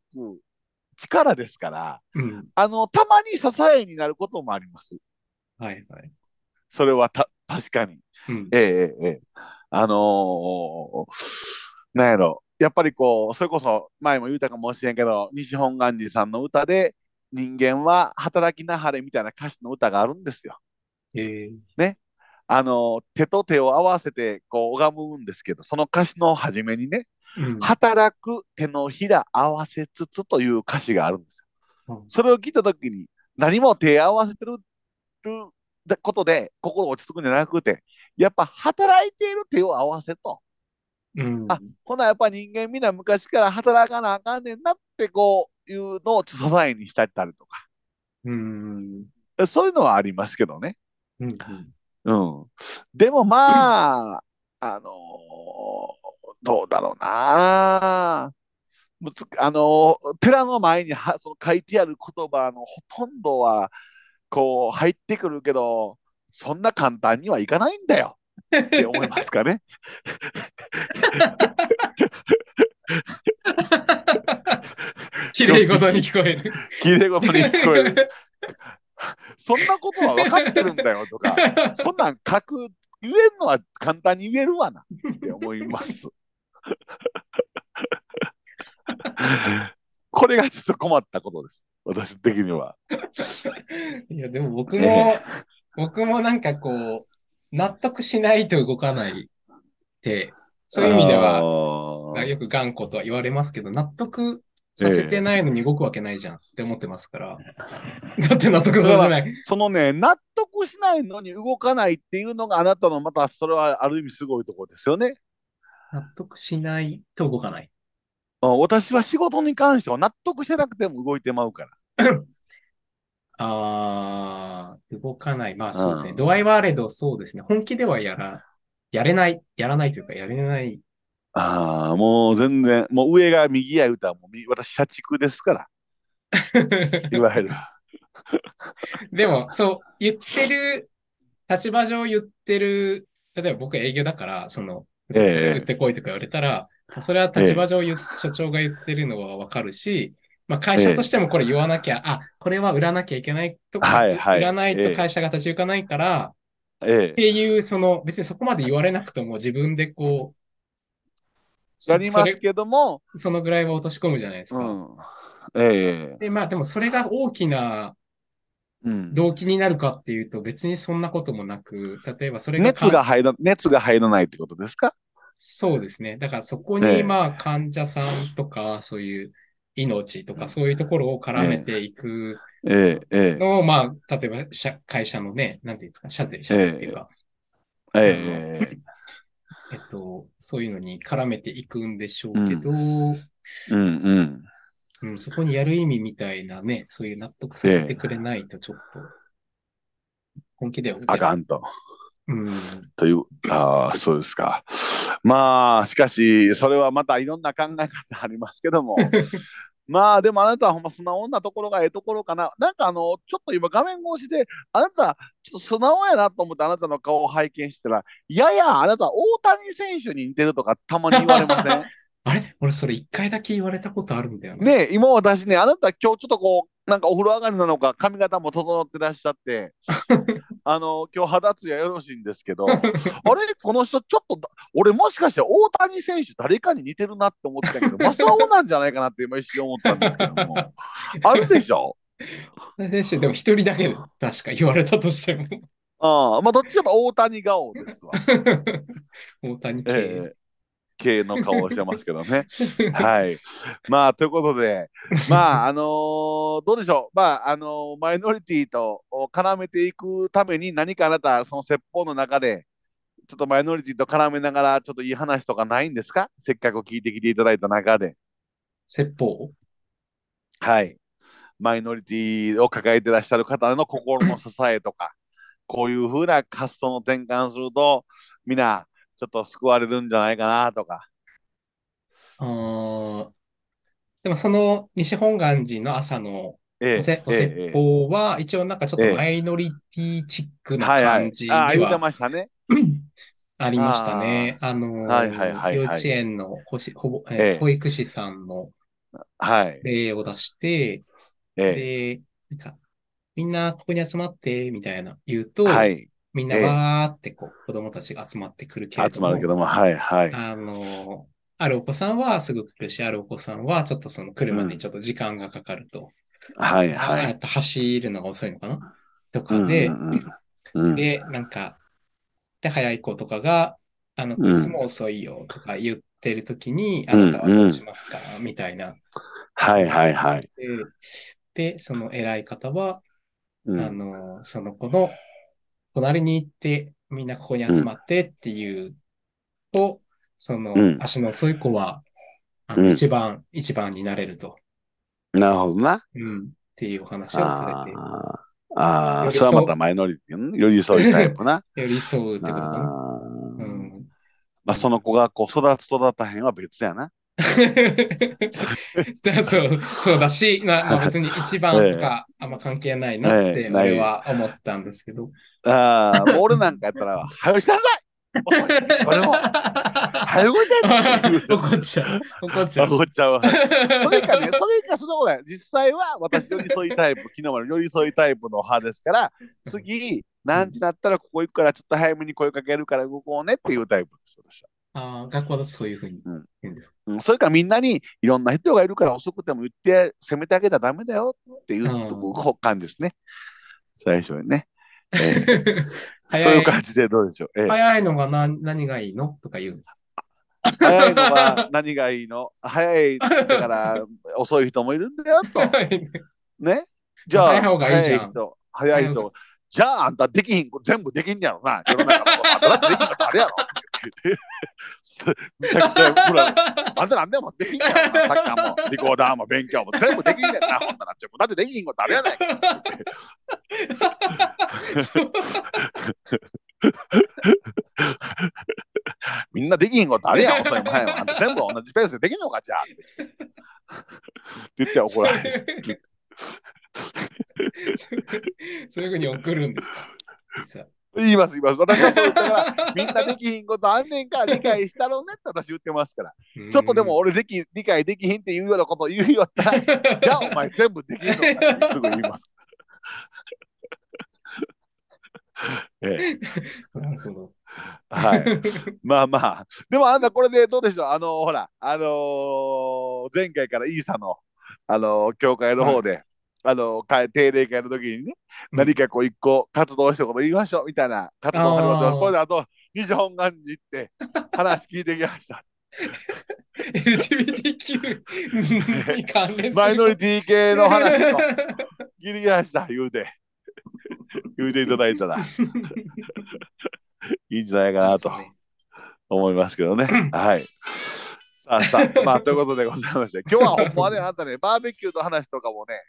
[SPEAKER 1] 力ですから、
[SPEAKER 2] うん。
[SPEAKER 1] あの、たまに支えになることもあります。
[SPEAKER 2] はいはい。
[SPEAKER 1] それはた、確かに。
[SPEAKER 2] うん。
[SPEAKER 1] ええええええ。あのーなんやろ。やっぱりこう、それこそ前も言うたかもしれんけど、西本願寺さんの歌で、人間は働きなはれみたいな歌詞の歌があるんですよ。
[SPEAKER 2] え
[SPEAKER 1] あの手と手を合わせてこう拝むんですけどその歌詞の初めにね
[SPEAKER 2] ーう
[SPEAKER 1] 「
[SPEAKER 2] ん
[SPEAKER 1] 働く手のひら合わせつつ」という歌詞があるんですよ
[SPEAKER 2] う。ん
[SPEAKER 1] それを聞いた時に何も手合わせてることで心落ち着くんじゃなくてやっぱ働いている手を合わせと
[SPEAKER 2] うん。
[SPEAKER 1] あほなやっぱ人間みんな昔から働かなあかんねんなってこういうのを支えにしたりと
[SPEAKER 2] うん。
[SPEAKER 1] かそういうのはありますけどね。
[SPEAKER 2] うん。
[SPEAKER 1] うん。でもまあ、あのーどうだろうな。むつあのー寺の前にはその書いてある言葉のほとんどは、こう、入ってくるけど、そんな簡単にはいかないんだよって思いますかね。
[SPEAKER 2] 綺麗事に聞こえる。
[SPEAKER 1] 綺麗事に聞こえる。そんなことは分かってるんだよとか、そんなん書く、言えるのは簡単に言えるわなって思います。 これがちょっと困ったことです。私的には。
[SPEAKER 2] いや、でも僕
[SPEAKER 1] え
[SPEAKER 2] も、僕もなんかこう、納得しないと動かないって、そういう意味で
[SPEAKER 1] あ
[SPEAKER 2] は、
[SPEAKER 1] ー
[SPEAKER 2] よく頑固とは言われますけど、納得させてないのに動くわけないじゃんって思ってますから。 だって納得させない。
[SPEAKER 1] そのね、納得しないのに動かないっていうのがあなたのまたそれはある意味すごいところですよね。
[SPEAKER 2] 納得しないと動かない。
[SPEAKER 1] あ私は仕事に関しては納得してなくても動いてまうから。
[SPEAKER 2] あー、動かない。まあそうですね。
[SPEAKER 1] うん
[SPEAKER 2] 度合いはあれど、そうですね。本気ではやら、やれない、やらないというか、やれない。
[SPEAKER 1] ああ、もう全然、もう上が右や言うたらもうみ私、社畜ですから、いわゆる。
[SPEAKER 2] でも、そう、言ってる、立場上言ってる、例えば僕営業だから、その、
[SPEAKER 1] ええ
[SPEAKER 2] 売ってこいとか言われたら、それは立場上言う、所長が言ってるのはわかるし、まあ会社としてもこれ言わなきゃ、あ、これは売らなきゃいけないとか、
[SPEAKER 1] はいはい
[SPEAKER 2] 売らない
[SPEAKER 1] え
[SPEAKER 2] と
[SPEAKER 1] え
[SPEAKER 2] 会社が立ち行かないから、
[SPEAKER 1] ええ。
[SPEAKER 2] ていう、その、別にそこまで言われなくとも自分でこう、そ
[SPEAKER 1] なりま
[SPEAKER 2] そ
[SPEAKER 1] す
[SPEAKER 2] れ
[SPEAKER 1] けども、
[SPEAKER 2] そのぐらいは落とし込むじゃないです
[SPEAKER 1] う
[SPEAKER 2] か。
[SPEAKER 1] ん。ええ。
[SPEAKER 2] で、まあでもそれが大きな
[SPEAKER 1] うん。
[SPEAKER 2] 動機になるかっていうと別にそんなこともなく、例えばそれがか
[SPEAKER 1] 熱が入ら、熱が入らないってことですか
[SPEAKER 2] そうですね。だからそこ
[SPEAKER 1] え
[SPEAKER 2] に
[SPEAKER 1] え
[SPEAKER 2] まあ患者さんとかそういう命とかそういうところを絡めていく
[SPEAKER 1] ええ、え
[SPEAKER 2] のをまあ、例えば社会社のね、なんていうんですか、社税、社税っていうか、
[SPEAKER 1] え、ええ、
[SPEAKER 2] えっと、そういうのに絡めていくんでしょうけど、うん
[SPEAKER 1] うんうん。
[SPEAKER 2] そこにやる意味みたいなね、そういう納得させてくれないとちょっと、本気では
[SPEAKER 1] あかんと。
[SPEAKER 2] うん。
[SPEAKER 1] という、ああ、そうですか。まあ、しかし、それはまたいろんな考え方ありますけど も。まあ、でもあなたはほんま素直なところがええところかな。なんかあの、ちょっと今画面越しで、あなた、ちょっと素直やなと思ってあなたの顔を拝見してたら、やや、あなた大谷選手に似てるとかたまに言われません
[SPEAKER 2] あれ俺それ一回だけ言われたことあるんだよね。
[SPEAKER 1] ねえ今私ね、あなた今日ちょっとこう、なんかお風呂上がりなのか、髪型も整ってらっしゃって、あの、今日肌つやよろしいんですけど、あれこの人ちょっとだ、俺もしかして大谷選手誰かに似てるなって思ってたけど、正雄なんじゃないかなって今一瞬思ったんですけども、あるでしょ
[SPEAKER 2] 選手でも一人だけ確か言われた としても。
[SPEAKER 1] ああまあ、どっちかというと大谷顔ですわ。
[SPEAKER 2] 大谷系。
[SPEAKER 1] ええ系の顔をしてますけどね。はい。まあ、ということで、まあ、あのーどうでしょう。まあ、あのーマイノリティと絡めていくために、何かあなた、その説法の中で、ちょっとマイノリティと絡めながら、ちょっといい話とかないんですかせっかく聞いてきていただいた中で。
[SPEAKER 2] 説法
[SPEAKER 1] はい。マイノリティを抱えてらっしゃる方の心の支えとか、こういうふうな活動の転換すると、みんな、ちょっと救われるんじゃないかなとか。
[SPEAKER 2] あーでもその西本願寺の朝の
[SPEAKER 1] え
[SPEAKER 2] おせお
[SPEAKER 1] ええ
[SPEAKER 2] 説
[SPEAKER 1] え
[SPEAKER 2] 法は一応なんかちょっ
[SPEAKER 1] ええ
[SPEAKER 2] とマイノリティチックな
[SPEAKER 1] はいは
[SPEAKER 2] 感
[SPEAKER 1] い
[SPEAKER 2] じ。に
[SPEAKER 1] ああ、言うて
[SPEAKER 2] は
[SPEAKER 1] ましたね。
[SPEAKER 2] ありましたね。あのー
[SPEAKER 1] はいはいはいはい
[SPEAKER 2] 幼稚園のほしほぼ、えー
[SPEAKER 1] ええ
[SPEAKER 2] 保育士さんの
[SPEAKER 1] はい。
[SPEAKER 2] 例を出して、
[SPEAKER 1] え
[SPEAKER 2] で、なんか、みんなここに集まって、みたいな言う
[SPEAKER 1] え
[SPEAKER 2] と、
[SPEAKER 1] はい。
[SPEAKER 2] みんな
[SPEAKER 1] ええ
[SPEAKER 2] わーってこう、子供たちが集まってくるけれど
[SPEAKER 1] 集まる
[SPEAKER 2] も
[SPEAKER 1] けども、はいはい。
[SPEAKER 2] あの、あるお子さんはすぐ来るし、あるお子さんはちょっとその来るまで
[SPEAKER 1] うん
[SPEAKER 2] にちょっと時間がかかると。
[SPEAKER 1] はい
[SPEAKER 2] あ
[SPEAKER 1] は
[SPEAKER 2] え
[SPEAKER 1] い。
[SPEAKER 2] っと走るのが遅いのかなと
[SPEAKER 1] う
[SPEAKER 2] か
[SPEAKER 1] ん
[SPEAKER 2] で、
[SPEAKER 1] うんうん
[SPEAKER 2] で、なんか、で、早い子とかが、あの、
[SPEAKER 1] うん
[SPEAKER 2] いつも遅いよとか言ってるときに、
[SPEAKER 1] うん
[SPEAKER 2] あなたはどうしますかみたいな。
[SPEAKER 1] はいはいはい。
[SPEAKER 2] で、でその偉い方は、
[SPEAKER 1] うん
[SPEAKER 2] あの、その子の隣に行って、みんなここに集まってっていうと、その
[SPEAKER 1] うん
[SPEAKER 2] 足の遅い子は、あ
[SPEAKER 1] うん
[SPEAKER 2] の、一番、一番になれると、
[SPEAKER 1] なるほどな。
[SPEAKER 2] うん、っていうお話をさ
[SPEAKER 1] あ
[SPEAKER 2] れ
[SPEAKER 1] ああ
[SPEAKER 2] 寄
[SPEAKER 1] あ、
[SPEAKER 2] り
[SPEAKER 1] それ
[SPEAKER 2] 添う
[SPEAKER 1] はまたマイノリティの寄り添いタイプな。
[SPEAKER 2] て、寄り添う ってことかな。
[SPEAKER 1] あ
[SPEAKER 2] う
[SPEAKER 1] ー
[SPEAKER 2] ん。
[SPEAKER 1] まあ、その子がこう育つ育たへんは別やな。
[SPEAKER 2] だそう、そうだし、ま あ、まあ別に一番とかあんま関係ないなっ
[SPEAKER 1] え
[SPEAKER 2] て
[SPEAKER 1] えない
[SPEAKER 2] 俺は思ったんですけど。
[SPEAKER 1] ああ、もう俺なんかやったら、 はよしなさい遅いそれも、はよ動いてっていう
[SPEAKER 2] 怒っちゃう。怒っちゃう。
[SPEAKER 1] 怒っちゃうわ。それかね、それかそんなことない。実際は私寄り添いタイプ、昨日まで寄り添いタイプの派ですから、次、何時になったらここ行くから、ちょっと早めに声かけるから動こうねっていうタイプです、私は。
[SPEAKER 2] ああ、学校だとそういうふうに
[SPEAKER 1] うん
[SPEAKER 2] 言うんですか。
[SPEAKER 1] うん、それからみんなにいろんな人がいるから遅くても言って、責めてあげたらダメだよっていう
[SPEAKER 2] うん
[SPEAKER 1] こう感じですね。最初にね。ええそう
[SPEAKER 2] 早い
[SPEAKER 1] いう感じでどうでしょう。え え
[SPEAKER 2] 早いのが何何がいいのとか言うの。
[SPEAKER 1] 早いのは何がいいの早いだから遅い人もいるんだよと。ね。じゃあ、
[SPEAKER 2] 早い方がいいじゃん
[SPEAKER 1] 早人。早い
[SPEAKER 2] 早い
[SPEAKER 1] 人。じゃあ、あんたできひん、全部できんやろな。世の中のことあんただってできんのあれや ろ。すめちゃくちゃ怒 られるあんたなんでもできんやろな。さっきのもリコーダーも勉強も全部できんやんな。ほんなら、ちょだってできひんことあれやないか。
[SPEAKER 2] そう
[SPEAKER 1] みんなできひんことあれやん。遅いも早いもあんた全部同じペースでできんのか、じゃあ。って言って怒られる。
[SPEAKER 2] そうそういうふうに送るんですか実は
[SPEAKER 1] 言います、言います。私はそう言ったから、みんなできひんことあんねんから理解したろうねって私言ってますから。ちょっとでも俺でき理解できひんっていうようなことを言うよった ら、じゃあお前全部できんのかってすぐ言います。ええ
[SPEAKER 2] なるほど。
[SPEAKER 1] はい。 まあまあ、でもあんたこれでどうでしょう、あのほら、あのー前回からイーサの、あのー教会の方で、あのー会定例会の時にね、
[SPEAKER 2] うん
[SPEAKER 1] 何かこう一個活動したこと言いましょうみたいな活動があります
[SPEAKER 2] あー
[SPEAKER 1] よこれであと、西本願寺行って話聞いてきま した。
[SPEAKER 2] LGBTQ に関連する。
[SPEAKER 1] マイノリ
[SPEAKER 2] テ
[SPEAKER 1] ティ系の話を聞いてきました、言うて。言うていただいた らいいんじゃないかなと思いますけどね。はい。さあさあ、まあ、ということでございまして、今日はほんまはね、あんたね、バーベキューの話とかもね、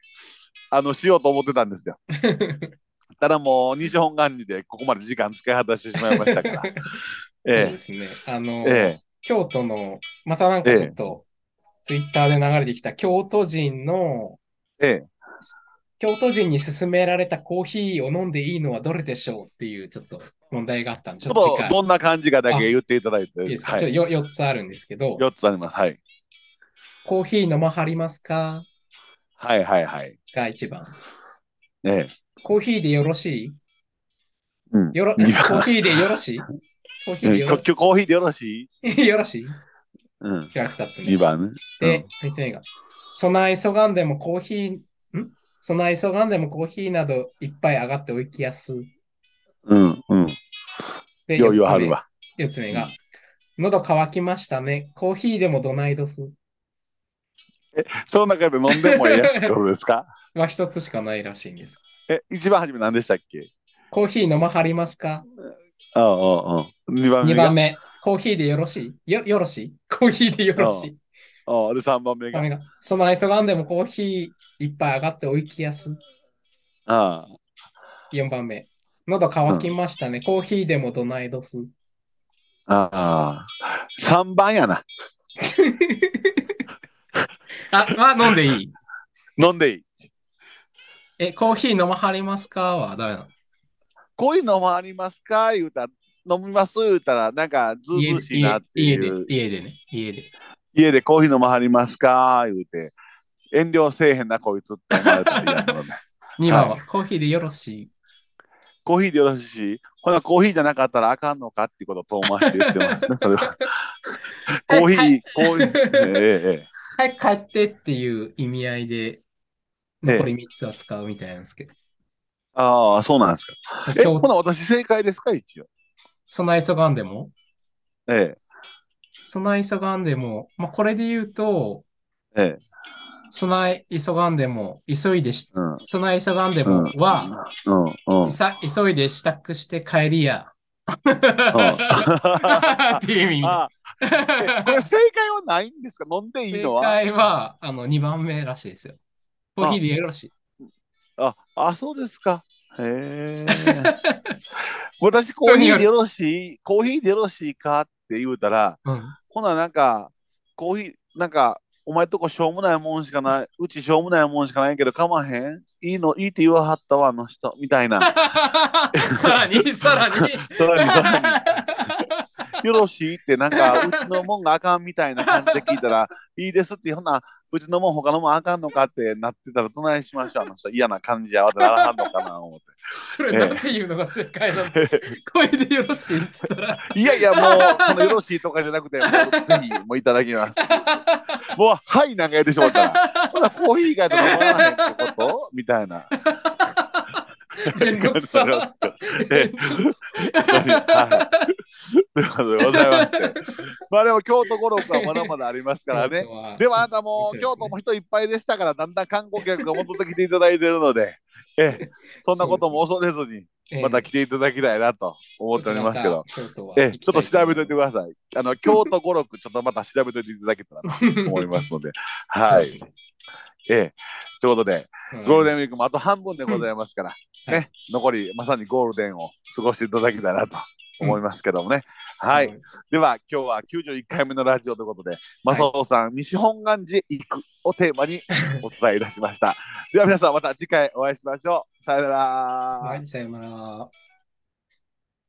[SPEAKER 1] あの、しようと思ってたんですよ。ただもう、西本願寺でここまで時間使い果たしてしまいました から。
[SPEAKER 2] そう
[SPEAKER 1] え
[SPEAKER 2] ですね。あの、
[SPEAKER 1] え、え
[SPEAKER 2] 京都の、またなんかちょっと、ツイッターで流れてきた京都人の、
[SPEAKER 1] え、え
[SPEAKER 2] 京都人に勧められたコーヒーを飲んでいいのはどれでしょうっていうちょっと問題があったんで、
[SPEAKER 1] え。
[SPEAKER 2] ち
[SPEAKER 1] ち
[SPEAKER 2] ょ
[SPEAKER 1] ょ
[SPEAKER 2] っと
[SPEAKER 1] っと、
[SPEAKER 2] 次回
[SPEAKER 1] どんな感じかだけ言っていただいて、
[SPEAKER 2] いいですか
[SPEAKER 1] は
[SPEAKER 2] ちょ
[SPEAKER 1] い。
[SPEAKER 2] っとよ4つあるんですけど、
[SPEAKER 1] 4つあります。はい。
[SPEAKER 2] コーヒー飲まはりますか
[SPEAKER 1] はいはいはい。
[SPEAKER 2] が1番。
[SPEAKER 1] ええ。
[SPEAKER 2] コーヒーでよろしい
[SPEAKER 1] うん。
[SPEAKER 2] よろ、コ
[SPEAKER 1] 二番
[SPEAKER 2] ーヒーでよろしいコーヒーでよ
[SPEAKER 1] 今
[SPEAKER 2] ろ
[SPEAKER 1] 日コーヒーでよろしい
[SPEAKER 2] よろしい
[SPEAKER 1] うん。
[SPEAKER 2] じゃあ2つ目。
[SPEAKER 1] 2番ね。
[SPEAKER 2] で、相手が、備え急がんでもコーヒー、ん備え急がんでもコーヒーなどいっぱい上がっておいきやす。
[SPEAKER 1] うん。うん。
[SPEAKER 2] で、
[SPEAKER 1] よう言
[SPEAKER 2] 4
[SPEAKER 1] わ
[SPEAKER 2] つ
[SPEAKER 1] はる
[SPEAKER 2] 目
[SPEAKER 1] わ。
[SPEAKER 2] 四つ目が、喉乾きましたね。コーヒーでもどないどす。
[SPEAKER 1] その中で飲んでもええやつってことです か
[SPEAKER 2] は1つしかないらしいんです。
[SPEAKER 1] え、一番初め何でしたっけ
[SPEAKER 2] コーヒー飲まはりますか
[SPEAKER 1] ああ、ああ、2番目
[SPEAKER 2] ?2
[SPEAKER 1] が。
[SPEAKER 2] 番目、コーヒーでよろしいよ、よろしいコーヒーでよろしい
[SPEAKER 1] ああ、で、3番目が。
[SPEAKER 2] ダ
[SPEAKER 1] あ
[SPEAKER 2] メだ。その急がんでもコーヒーいっぱい上がっておいきやす。
[SPEAKER 1] あ、
[SPEAKER 2] 4番目。喉乾きましたね。コーヒーでもどないどす。
[SPEAKER 1] ああ。3番やな。
[SPEAKER 2] あ、まあ飲んでいい。
[SPEAKER 1] 飲んでいい。
[SPEAKER 2] え、コーヒー飲まはりますかはダメなの。
[SPEAKER 1] こういうのもありますか言うたら、飲みます言うたら、なんか、ずうずうしいなって
[SPEAKER 2] 家
[SPEAKER 1] いう。
[SPEAKER 2] で、家でね。家で。
[SPEAKER 1] 家でコーヒー飲まはりますか言うて、遠慮せえへんな、こいつって思われたら嫌なので。
[SPEAKER 2] 2番は、コーヒーでよろしい。
[SPEAKER 1] コーヒーでよろしいし、ほな、コーヒーじゃなかったらあかんのかってことを遠回して言ってますね、それは。コーヒー、
[SPEAKER 2] はい
[SPEAKER 1] コーヒー、えええ え。
[SPEAKER 2] 早く帰ってっていう意味合いで、残り3つは使うみたいなんですけど。
[SPEAKER 1] ああ、そうなんですか。え、
[SPEAKER 2] 今
[SPEAKER 1] ほ
[SPEAKER 2] 日、
[SPEAKER 1] な、私正解ですか一応。
[SPEAKER 2] 備え急がんでも
[SPEAKER 1] え
[SPEAKER 2] 備え急がんでも、まあ、これで言うと、
[SPEAKER 1] え、ええ、
[SPEAKER 2] 備え急がんでも、急いでし、
[SPEAKER 1] うん。
[SPEAKER 2] 備え急がんでもは、
[SPEAKER 1] うんうん。
[SPEAKER 2] さ急いで支度して帰りや。
[SPEAKER 1] あ
[SPEAKER 2] っていう意味。
[SPEAKER 1] あこれ正解はないんですか飲んでいい
[SPEAKER 2] 正
[SPEAKER 1] のは
[SPEAKER 2] 解はあの2番目らしいですよ。コーヒーでよろしい。
[SPEAKER 1] ああ、そうですか。 へえ。私、コーヒーでよろしいコーヒーでよろしいかって言うたら、
[SPEAKER 2] うん、
[SPEAKER 1] ほな、なんか、コーヒー、なんか、お前とこしょうもないもんしかない、うちしょうもないもんしかないけど、かまへんいいの、いいって言わはったわ、あの人、みたい な。
[SPEAKER 2] さらに、さらに。
[SPEAKER 1] さらにさらに。よろしいって、なんか、うちのもんがあかんみたいな感じで聞いたら、いいですって、ほな、うちのもん、他のもんあかんのかってなってたら、どないしましょう、あの人、嫌な感じやわってならはんのかな、思っ
[SPEAKER 2] それなんていうのが正解なの。これでよろしいって言ったら。
[SPEAKER 1] て。いやいや、もう、そのよろしいとかじゃなくて、もうぜひ、もういただきます。もう、はい、なんかやってしまったら、ほな、コーヒー以外と飲まないってことみたいな。
[SPEAKER 2] めんどくさ。
[SPEAKER 1] ええ本当にはいということでございまして。まあでも京都語録はまだまだありますからね。でもあなたもう京都も人いっぱいでしたから、だんだん観光客が戻ってきていただいてるので、ええ、そんなことも恐れずに、また来ていただきたいなと思っておりますけど、
[SPEAKER 2] ど
[SPEAKER 1] ええ、ちょっと調べておいてください。あの、京都語録、ちょっとまた調べておいていただけたらなと思いますので、は
[SPEAKER 2] そう
[SPEAKER 1] い
[SPEAKER 2] で。
[SPEAKER 1] ええ、ということで、
[SPEAKER 2] すね。
[SPEAKER 1] ゴールデンウィークもあと半分でございますから、
[SPEAKER 2] うんは
[SPEAKER 1] ね、残りまさにゴールデンを過ごしていただきたいなと思いますけどもね。はい、。 では今日は91回目のラジオということで、マサオさん、西本願寺行くをテーマにお伝え いたしました。では皆さんまた次回お会いしましょう。さよなら。
[SPEAKER 2] はい、さようなら。